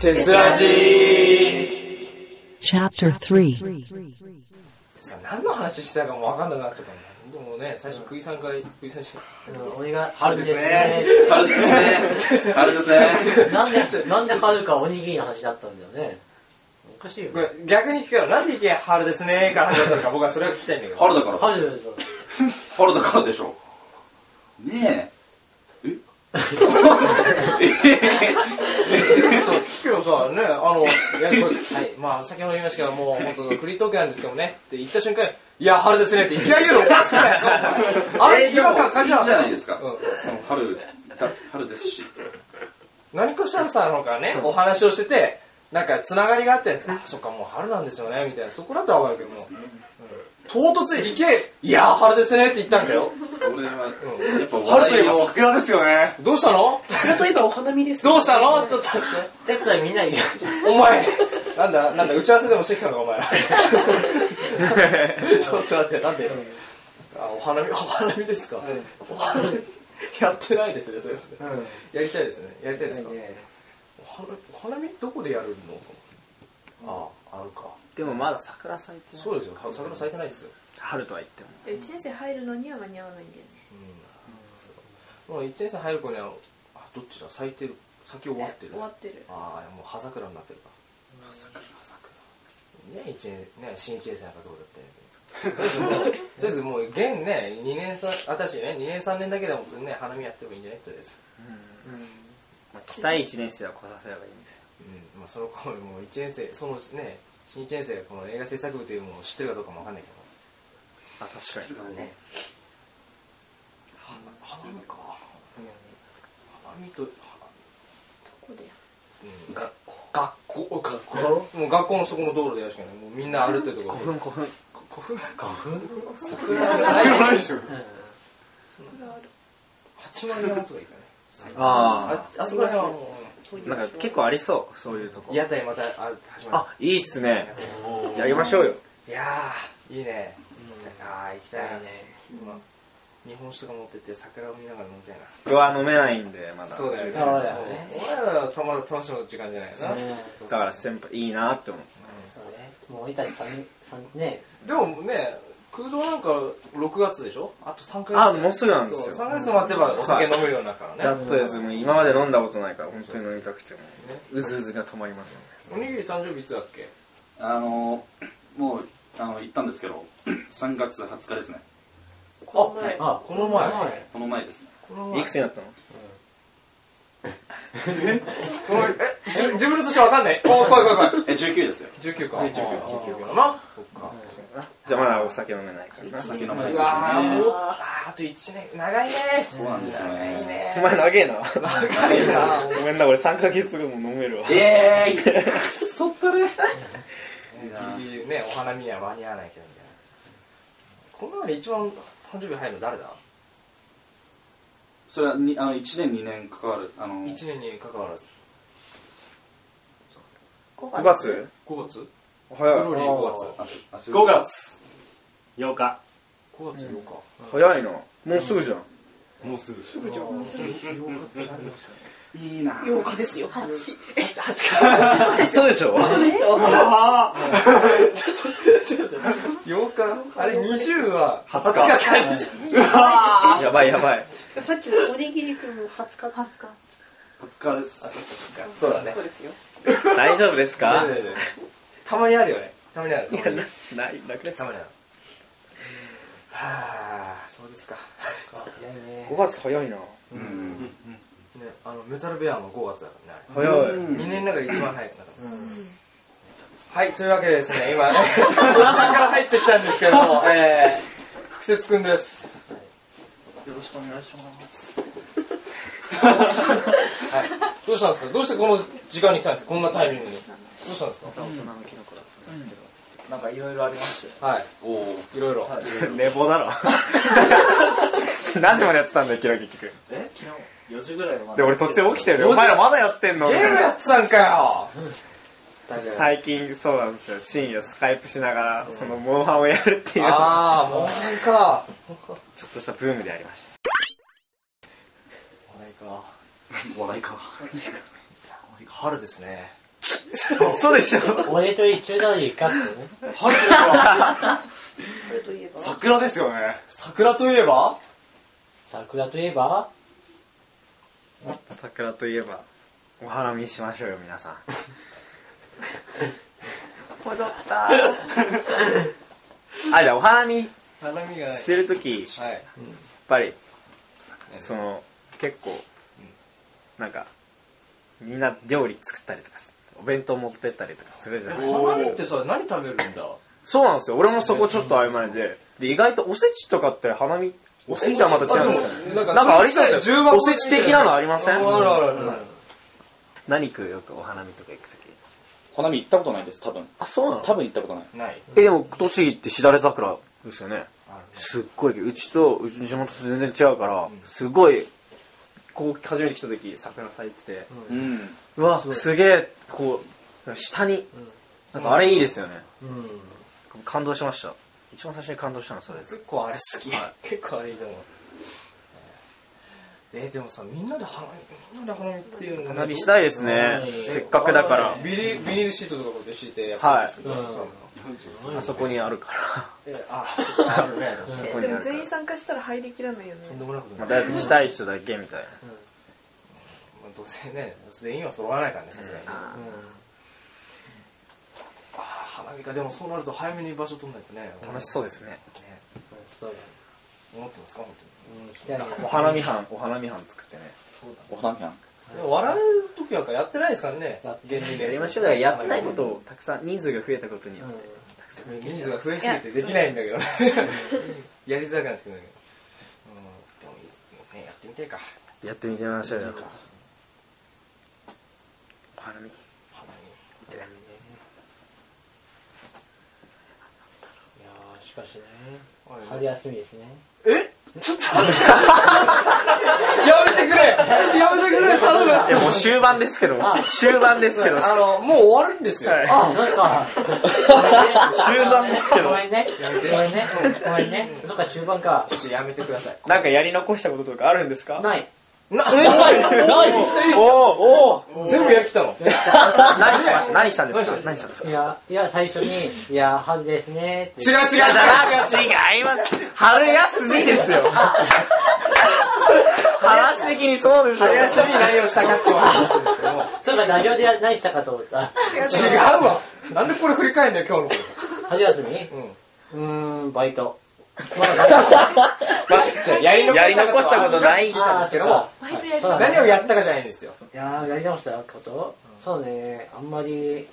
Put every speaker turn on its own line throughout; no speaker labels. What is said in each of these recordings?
テスラジー
Chapter 3
さ何の話してたかもわかんなくなっちゃったもんねでもね最初クイさんからクイさんしか
俺が
春ですね。春ですね。春ですね。
なんで、なんで春かおにぎりの話だったんだよね。おかしいよ
こ
ね
れ。逆に聞くよなんでいけ春ですねーから始まったのか僕はそれを聞きたいんだ けど
春だから。
春ですよ。
春だからでしょ。ねえ。え
そう聞くよさねあのいやこれはいまあ先ほど言いましたけどもう本当フリートークなんですけどねって言った瞬間にいや春ですねっていきなり言うのおかしくないあ
え
れ
ーで
違
も
和感感じなか
いい
った
じゃないですか。
うん
その春だ、春ですし。
何かしらさなんかねお話をしててなんかつながりがあってあそっかもう春なんですよねみたいなそこだったら分かるけども、うん唐突に「いけいやー春ですね」って言ったんだよ
それは、やっぱ
春といえば
は
桜ですよね。
どうしたの
桜といえばお花見です。
どうしたのちょっと待って
だったらみんなに、
お前、なんだ、なんだ、打ち合わせでもしてきたのか、お 前ら。ちょっと待って、なんで。あ、お花見、お花見ですか。お花見。やってないですね、それ。やりたいですね。やりたいですか。お花、お花見、どこでやるの。あ、あるか。
でもまだ桜咲いてない。
そうですよ。は桜咲いてないですよ。
春とは言っても。
1年生入るのには間に合わないんだよね。
もう一年生入る子には。あ、どっちだ、咲いてる。咲き終わってる
終。わってる。
ああもう葉桜になってるか葉桜葉桜ね一年ね新一年生なんかどうだってとりあえずも うとりあえずもう現ね2年さ私ね2年3年だけでもね花見やってもいいんじゃないとりあえず
まあ、期待1年生は来させればいいんですよ。
うんまあその子ももう1年生そのね新1年生がこの映画制作部というものを知ってるかどうかもわかんないけど
あ、確かに。
ね
花見か花見と
どこでや
うん学校学校学校もう学校のそこの道路でやるしかないもうみんな歩いてるとこ
古墳古墳。
古墳
桜ないでしょ。
るある。
八幡山とか行かない
あ
ああそこら辺はも
そうい
あ。
う。
なんか結構ありそう、そういうとこ
う。屋台またあ始まる
あ、いいっすね。やりましょうよ。
いやーいいね行きたいなー行きたいな
ね
今日本酒とか持ってって桜を見ながら飲みたいな
僕は飲めないんで、まだ。
ねそうだよね
お前らはたまだ楽しむ時間じゃないよな
だから先輩、いいなって思う。
そうね。もう俺たち三人、三人ね、
でもね空洞なんか6月でしょあと3ヶ月
あ、もうすぐなんですよ。
3ヶ月待てばお酒飲むようになるからね、
やっとですもう今まで飲んだことないから本当に飲みたくてもうずうずが止まりますね
おにぎり誕生日いつだっけ
あの、もう、あの、言ったんですけど、3月20日ですね。
この前。
あ、
この前
この前ですね。
この
いくつになったの
このえじ自分の年わかんないおー怖い怖い怖い
え、19ですよ。
19
19
かあー19かなそっか
じゃあまだお酒飲めないからな
酒飲まないうです
わーも
ね
う。あーあと1年長いね
そうなんですよね。
お前長えな
長いな
ごめんな俺3ヶ月後も飲めるわ
えーい、くそったれ。
ギリギリねお花見には間に合わないけどみたいなこの中で一番誕生日入るの誰だ
それはにあの1年2年かかるあの
1年に関わらず
5月
5月
早い
ロリー5月
ああそう
5月
8日
5月8日、
早いなもうすぐじゃん
もうすぐ
いいな
8日ですよ。8。え、
そうでしょ
8日あれ20は20日か
やばいやばい
さっきのおにぎりくんも20日。20日。
20日です
そうだね
そうですよ。
大丈夫ですか
ねえねえねえたまにあるよねたまにあるたまにある
ないなくね
たまにあるはあそうですか
早いね。
5月早いな
うん
ねあのメタルベアも5月だからねあれ
早い
2年の中で一番早くなった、はいというわけでですね 今ねそちらから入ってきたんですけれども、えー、福哲くんですよろしくお願いします、はい、どうしたんですかどうしてこの時間に来たんですかこんなタイミングにどうしたんですか
なんかいろいろありまして
はい
おお
いろいろ、
寝坊だろ 何時までやってたんだよ昨日結局
え昨日4時ぐらいま
で
で
俺途中起きてるよお前らまだやってんの
ゲームやってたんかよ
最近そうなんですよ深夜スカイプしながらそのモンハンをやるっていうちょ
ああもうなんか
っとしたブームでありました
お題か
話題か
春ですね
そうでしょ
俺と一緒なのにかってね。
春といえば
これといえば
桜ですよね。
桜といえば
桜といえば
桜といえばお花見しましょうよ皆さん
戻 った
あじゃあお花見
花見がない
するときやっ
はい
ぱりその結構なんかみんな料理作ったりとかすお弁当持ってったりとかするじゃない
花見ってさ何食べるんだ
そうなんですよ俺もそこちょっと曖昧でで意外とおせちとかって花見おせちとはまた違うんですかね
なん
なんかありそうですよおせち的なのあ
あ
りません
あるあるあるある
何食うよくお花見とか行くとき
花見行ったことないです、多分。
あそうなの
多分行ったことない。
ない
えでも栃木ってしだれ桜ですよねすっごいうちとうちの地元と全然違うから、すごいこう初めて来た時桜咲いてて、
うん。
うわすげえこう下に、なんかあれいいですよね、
うん
感動しました一番最初に感動したのはそれです
結構あれ好き結構あれいいと思うえーでもさみんなで花見みんなで花見っていうの
花火したい
い
ですね
うん
せっかくだから
ビニビニールシートとかこうやって敷いてい
はい
そう
あそこにあるから
えあそっ かあるね
そこ
で
にあるか
も
ら
全員参加したら入りきらないよね
とんでもなくない
まあ大好きしたい人だけみたい
ま
な
あどうせね全員は揃わないからねさすがに、うん、ああ花火かでもそうなると早めに場所取んないとね
楽しそうですね
ね
そうだ。
思ってますか本
うん、したいな。
お花見班お花見班作ってね
お花見やん。
当にでも笑う時なんかやってないですからね
やって
芸人で
やりましょうだからやってないことをたくさん人数が増えたことによって、
人数が増えすぎてできないんだけどねやりづらくなってくるんだけど、うん、でもねやってみてえか
やってみてみましょうよお花見
花見
いやーしかしね、
おい
春休みですね。
えちょっと待ってやめてくれやめてくれ頼む
えもう終盤ですけども終盤ですけど
あのもう終わるんですよ、
あ、そっか。 終盤ですけど。ごめんね。ごめんね。ごめんね。そっか、終盤か
ち。ょっとやめてください
なんかやり残したこととかあるんですか
ない。
な
おお
全部やりきたの
何しました何したんですか何したんですか
いや、いや、最初に、いや、春ですねって。
違う違う違う
違います春休みです よ話的にそうでしょ
春休み何をしたかっていう話ですけども
そっか、ラジオで何したかと思った。
違うわなんでこれ振り返るんだよ今日のこ
春休み
とうん
うーん、バイト。
じゃあやり
や
残
り
した
残
こ
し
と
たこ
は
とな い
あたんです
けど
バイトやりた
何をやったかじゃないんですよ
いやーやり直したこと、そうねあんまり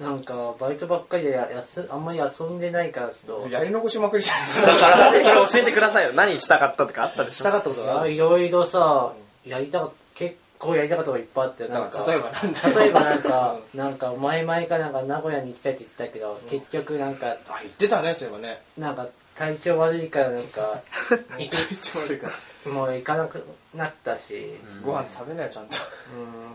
なんかバイトばっかりでや休あんまり遊んでないからちょっとい
やり残しまくりじゃないです
だ
か
からそれ教えてくださいよ何したかったとかあったでし
した
ょ
かったことがあ
や
る
いろいろさやりたかった結構やりたかったことがいっぱいあってなん
だ
か
から例えばなんだろう
例えばなんか、なんか前々かなんか名古屋に行きたいって言ったけど、結局なんか、
あ言ってたねそういえばね
なんか体調悪いからなん か、
めちゃめちゃ悪いから
もう行かなくなったし、
ご飯食べないよちゃんと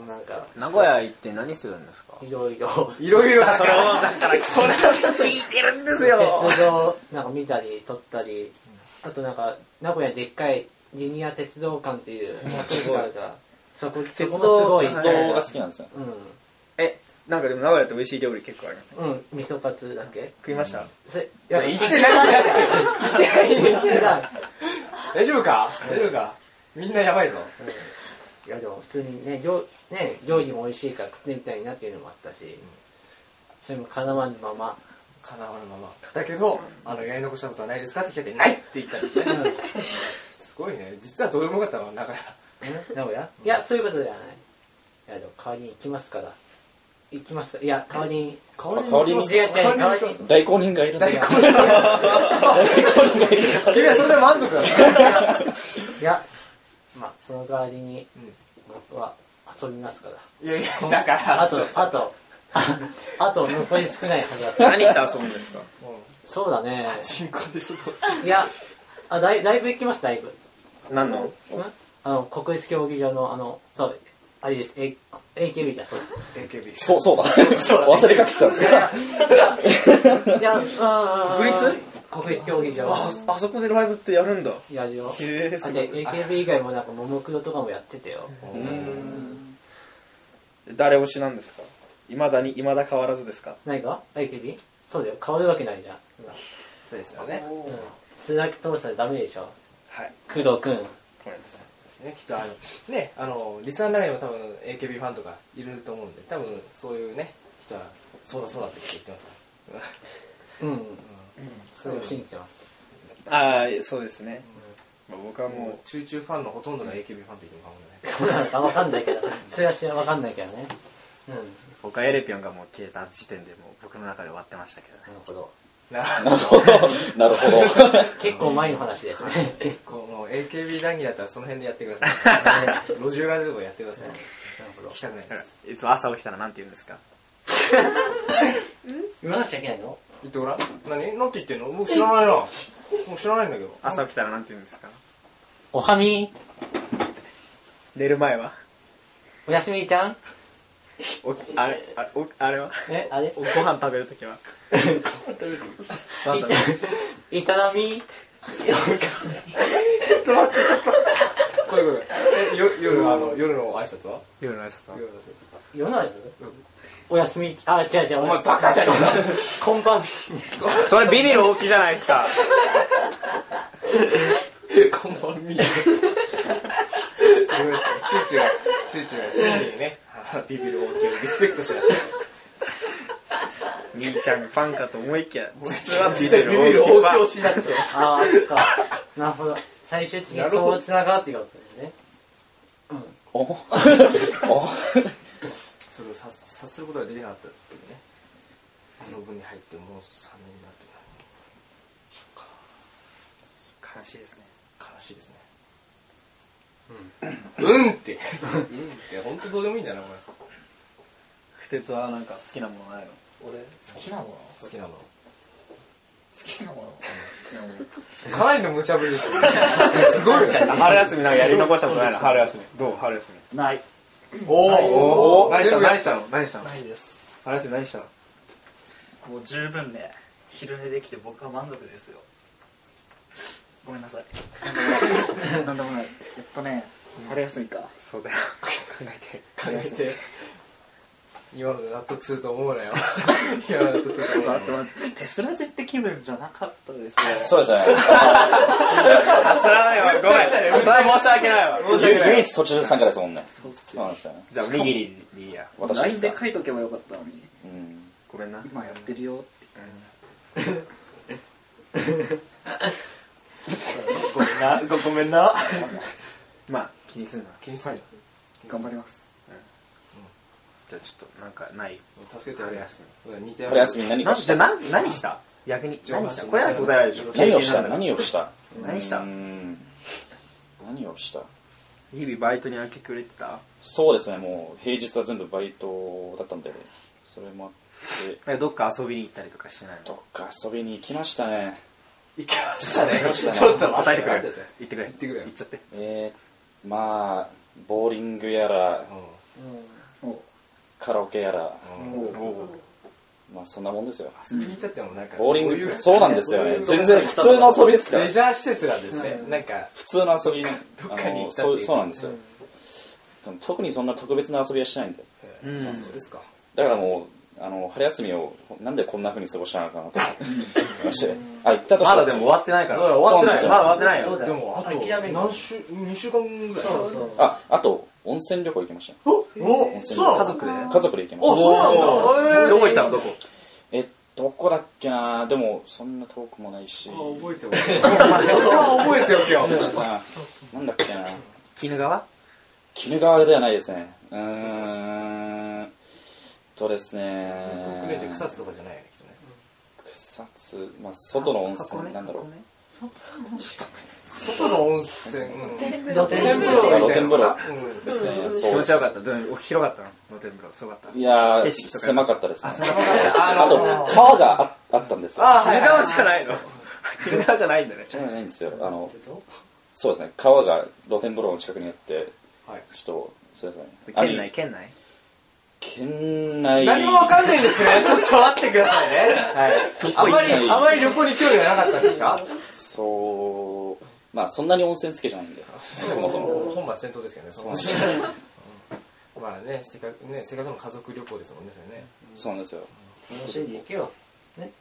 うん、なんか、
名古屋行って何するんですか
いろいろ、
いろいろだ
そ
か
れを
ら
だからそれ聞いてるんですよ
鉄道なんか見たり撮ったりあとなんか名古屋でっかいリニア鉄道館っていう街があるからそこ鉄道すごい
鉄
鉄
道
道が好きなんですね。
えなんかでも名古屋って美味しい料理結構ありますね
うん、うん、味噌カツだっけ
食いました
それい
や行ってないんだって
行ってない
大丈夫か大丈夫かみんなやばいぞ
いやでも普通にね料ね料理も美味しいから食ってみたいなっていうのもあったしそれもかなわぬまま
叶わぬままだけどあのやり残したことはないですかって聞いてないって言ったんですねすごいね実はどうでもよかったのは中
え 名古屋いやそういうことではないいやでも代わりに行きますから行きますかいや代わりに
香り
香りに
違う違う代わりに
大公人がいるんだ
大根 君はそれで満足だね
いや、まあ、その代わりに
うん、
僕は遊びますから。
いやいやだから
あと、あと、あと残り少ないはずだった。
何して遊ぶんですか
そうだね。
進行で しょ
いや、あライライブ行きます、ライブ。
何の
あの、国立競技場の、あの、そう、あれです、A、AKB だ、そう。
AKB
そう、そう だ。
そう
忘れかけてたんですよ。
いや、うーん。
国立
国立競技
あ
場。
あそこでライブってやるんだ
やるよ。
へえ
あ
すごい
で、AKB 以外もなんか、ももクロとかもやっててよ。
誰推しなんですか
いまだにいまだ変わらずですか
何が ?AKB? そうだよ、変わるわけないじゃん。今
そうですよね
うん。つなぎ通したらダメでしょ。
はい
工藤くん。
ごめんなさい
ねきっとあのねあのリスナーの中にも多分 AKB ファンとかいると思うんで多分そういうね人はそうだそうだって言ってますから
うん。それを信じてます。
ああそうですね、まあ、僕は
もう
も
チューチューファンのほとんどが AKB ファンって言っても過
そうなのかわかんないけど。それは知らわかんないけどね。うん。
う僕はエレピョンがもう消えた時点でもう僕の中で終わってましたけどね
なるほど。
言ないなるほど
なるほど。
結構前の話ですね。
結構もう AKB 談義だったらその辺でやってくださいね路地裏でとかやってください
なるほど
聞き。たくないです
いつも朝起きたらなんて言うんですか
言わなきゃいけないの
言ってごらん何なんて言ってんのもう知らないなもう知らないんだけど
朝起きたらなんて言うんですか
おはみ
寝る前は
おやすみちゃん
おあれあれおあれは
えあれ
おご飯食べるときはい
いただみ
こういうことえよ夜あの夜の挨拶は
夜の挨拶は
夜の挨拶
世の中ですおやすみあ違う違うお前
バカじゃねえか
こんばん
それビビる大きいじゃないですか
こんばんみ。ごめんなさい、チューチューが、チューチューが常にね、ビビる大きいをリスペクトしましたね。
兄ちゃんファンかと思いきや実はビ
ビビ
ビる
る
大き
大
いフ
きい
ァ
を
ン
しなくて。
ああそっか なるほど最終的にそうつながるっていうことですね
おお
それを察察することができなかったっていうね。論文に入ってもう3年になって
悲しいですね
悲しいですね。うん。うんって。うんって、本当どうでもいいんだな、お前。好
不徹はなんか好きなものないの
好きなもの好
きなの。
きなもの
かなりの無茶ぶりですよね。すごいね。
春休みなんかやり残したことないの春休みどう春休み
ない
お
何した
全
の
部や
何
っ
したの何したの
ないです
春休み何したの
もう十分ね昼寝できて僕は満足ですよごめんなさい なんでもないえっとね春休みか
そうだよ考えて
考えて今ので納得すると思うなよ 今ので納得すると思うなよ
テスラジって気分じゃなかったです
そうですね。
あそれはねごめんそれは申し訳ないわ
唯一途中参加ですもんね。
そうっす
そうなんですよね。
じゃあおにぎりでいいや
私で
LINE
すか
で書いとけばよかったのに
うん。
ごめんな
今やってるよって
ごごめんなまあ気にすんな
気にするな
頑張ります
じゃあちょっとなんかない
助けてや
春
れや
休み
似てや
春休み何
な
か
ん
し
じゃあ
た
な何した逆に
情報
何し
発
た
信
これは答えられるでしょ
何をした
経験なんだ
何をした
何した
うん何をした
日々バイトに明け暮れてた
そうですね、もう平日は全部バイトだったんで、それもあって、
えどっか遊びに行ったりとかしない
ど
の
っか遊びに行きましたね。
いけましたね
行きましたね
ちょっと
答えてくれ
待って
言ってくれ
言ってくれ
言っちゃって
えー、まあ、ボーリングやら、カラオケやら、
うんうん
まあそんなもんですよ。
遊びに行ったってもなんか
ボーリン
そうい
グ、
う
そうなんですよね。
そういう
全然普通の遊びですから
レ。ジャー施設なんですねなんか
普通の遊びに、
どっかに行ったっていう
そうそうなんですよ。特にそんな特別な遊びはしないんで。
うん
そうですか
だからもう、あの、春休みを、なんでこんな風に過ごしたのかなと思いまして。あ、行ったとし
ま
て
だでも終わってないか
だ
ら
から終わってない
そう
まだ終わってない
そう
よ
だ
で
よ
もあと
諦め
何週2週間ぐらい
そうそう
あ、あと、温泉旅行行きました。
お
温泉
そうなの
家族であ
家族で行きました。
そうなんだ
どこ行ったのどこ
え、どこだっけなでも、そんな遠くもないし。
覚えておけよそこは覚えておけよ
そうしたななんだっけな
鬼怒川
鬼怒川ではないですね。うーん。とですね。
国内で草津とかじゃないよねきっとね
草津、まあ、外の温泉、なんだろう。
外の温泉うん
露天風呂
露天
うん
風呂えー
気
そ
持
う
ちよかったどう広かったの露天風呂すごかった
いやー、
景色とか
狭かったですね。
あ
あと、川がああったんですよ。
鬼怒川じゃないの鬼怒川じゃないんだね
じゃないんですよ。あの、そうですね。川が露天風呂の近くにあって、
はい
ちょっと、すいません。
県内
兄
県内
県内。
何もわかんないですね。ちょっと待ってくださいね。はい。あまり、あまり旅行に興味がなかったんですか
そう、まあそんなに温泉好きじゃないんで、そもそも。
本末転倒ですけどね、その まあねせっかくねせっかくの家族旅行ですもんねそれね
そうなんですよ
楽しんでいけよ。ね。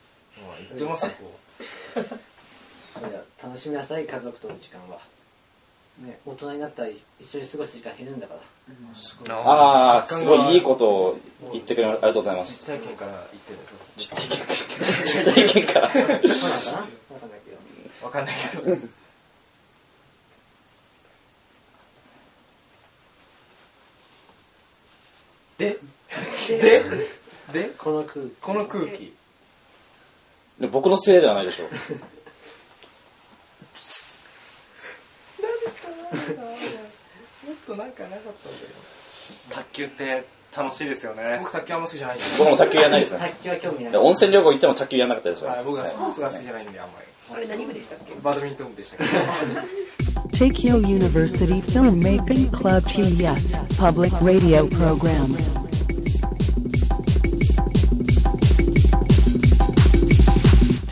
まあ言ってますよこ
それじゃあ楽しみなさい、家族との時間は。ね、大人になったら一緒に過ごす時間減るんだから。
ああすごいいいことを言ってくれありがとうございます
実体験から言ってるんですか
実体験から実体験から
そうなのかなわかんないけど。
わかんないけどででで
この空気。
この空気
で僕のせいではないでしょう
もっとなんかなかったんだよ
卓球って楽しいですよね
僕卓球あんま好きじゃないんで
僕も卓球やらないですね
卓球は興味ない
で。温泉旅行行っても卓球やらなかったですよ
はい僕はスポーツが好きじゃないんであんまり
あれ何部でしたっけ
バドミントン部でしたけど
Tokyo University Filmmaking Club TES Public Radio Program.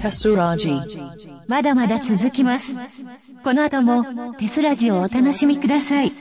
Tesseraji.
まだまだ続きます。この後もテスラジをお楽しみください。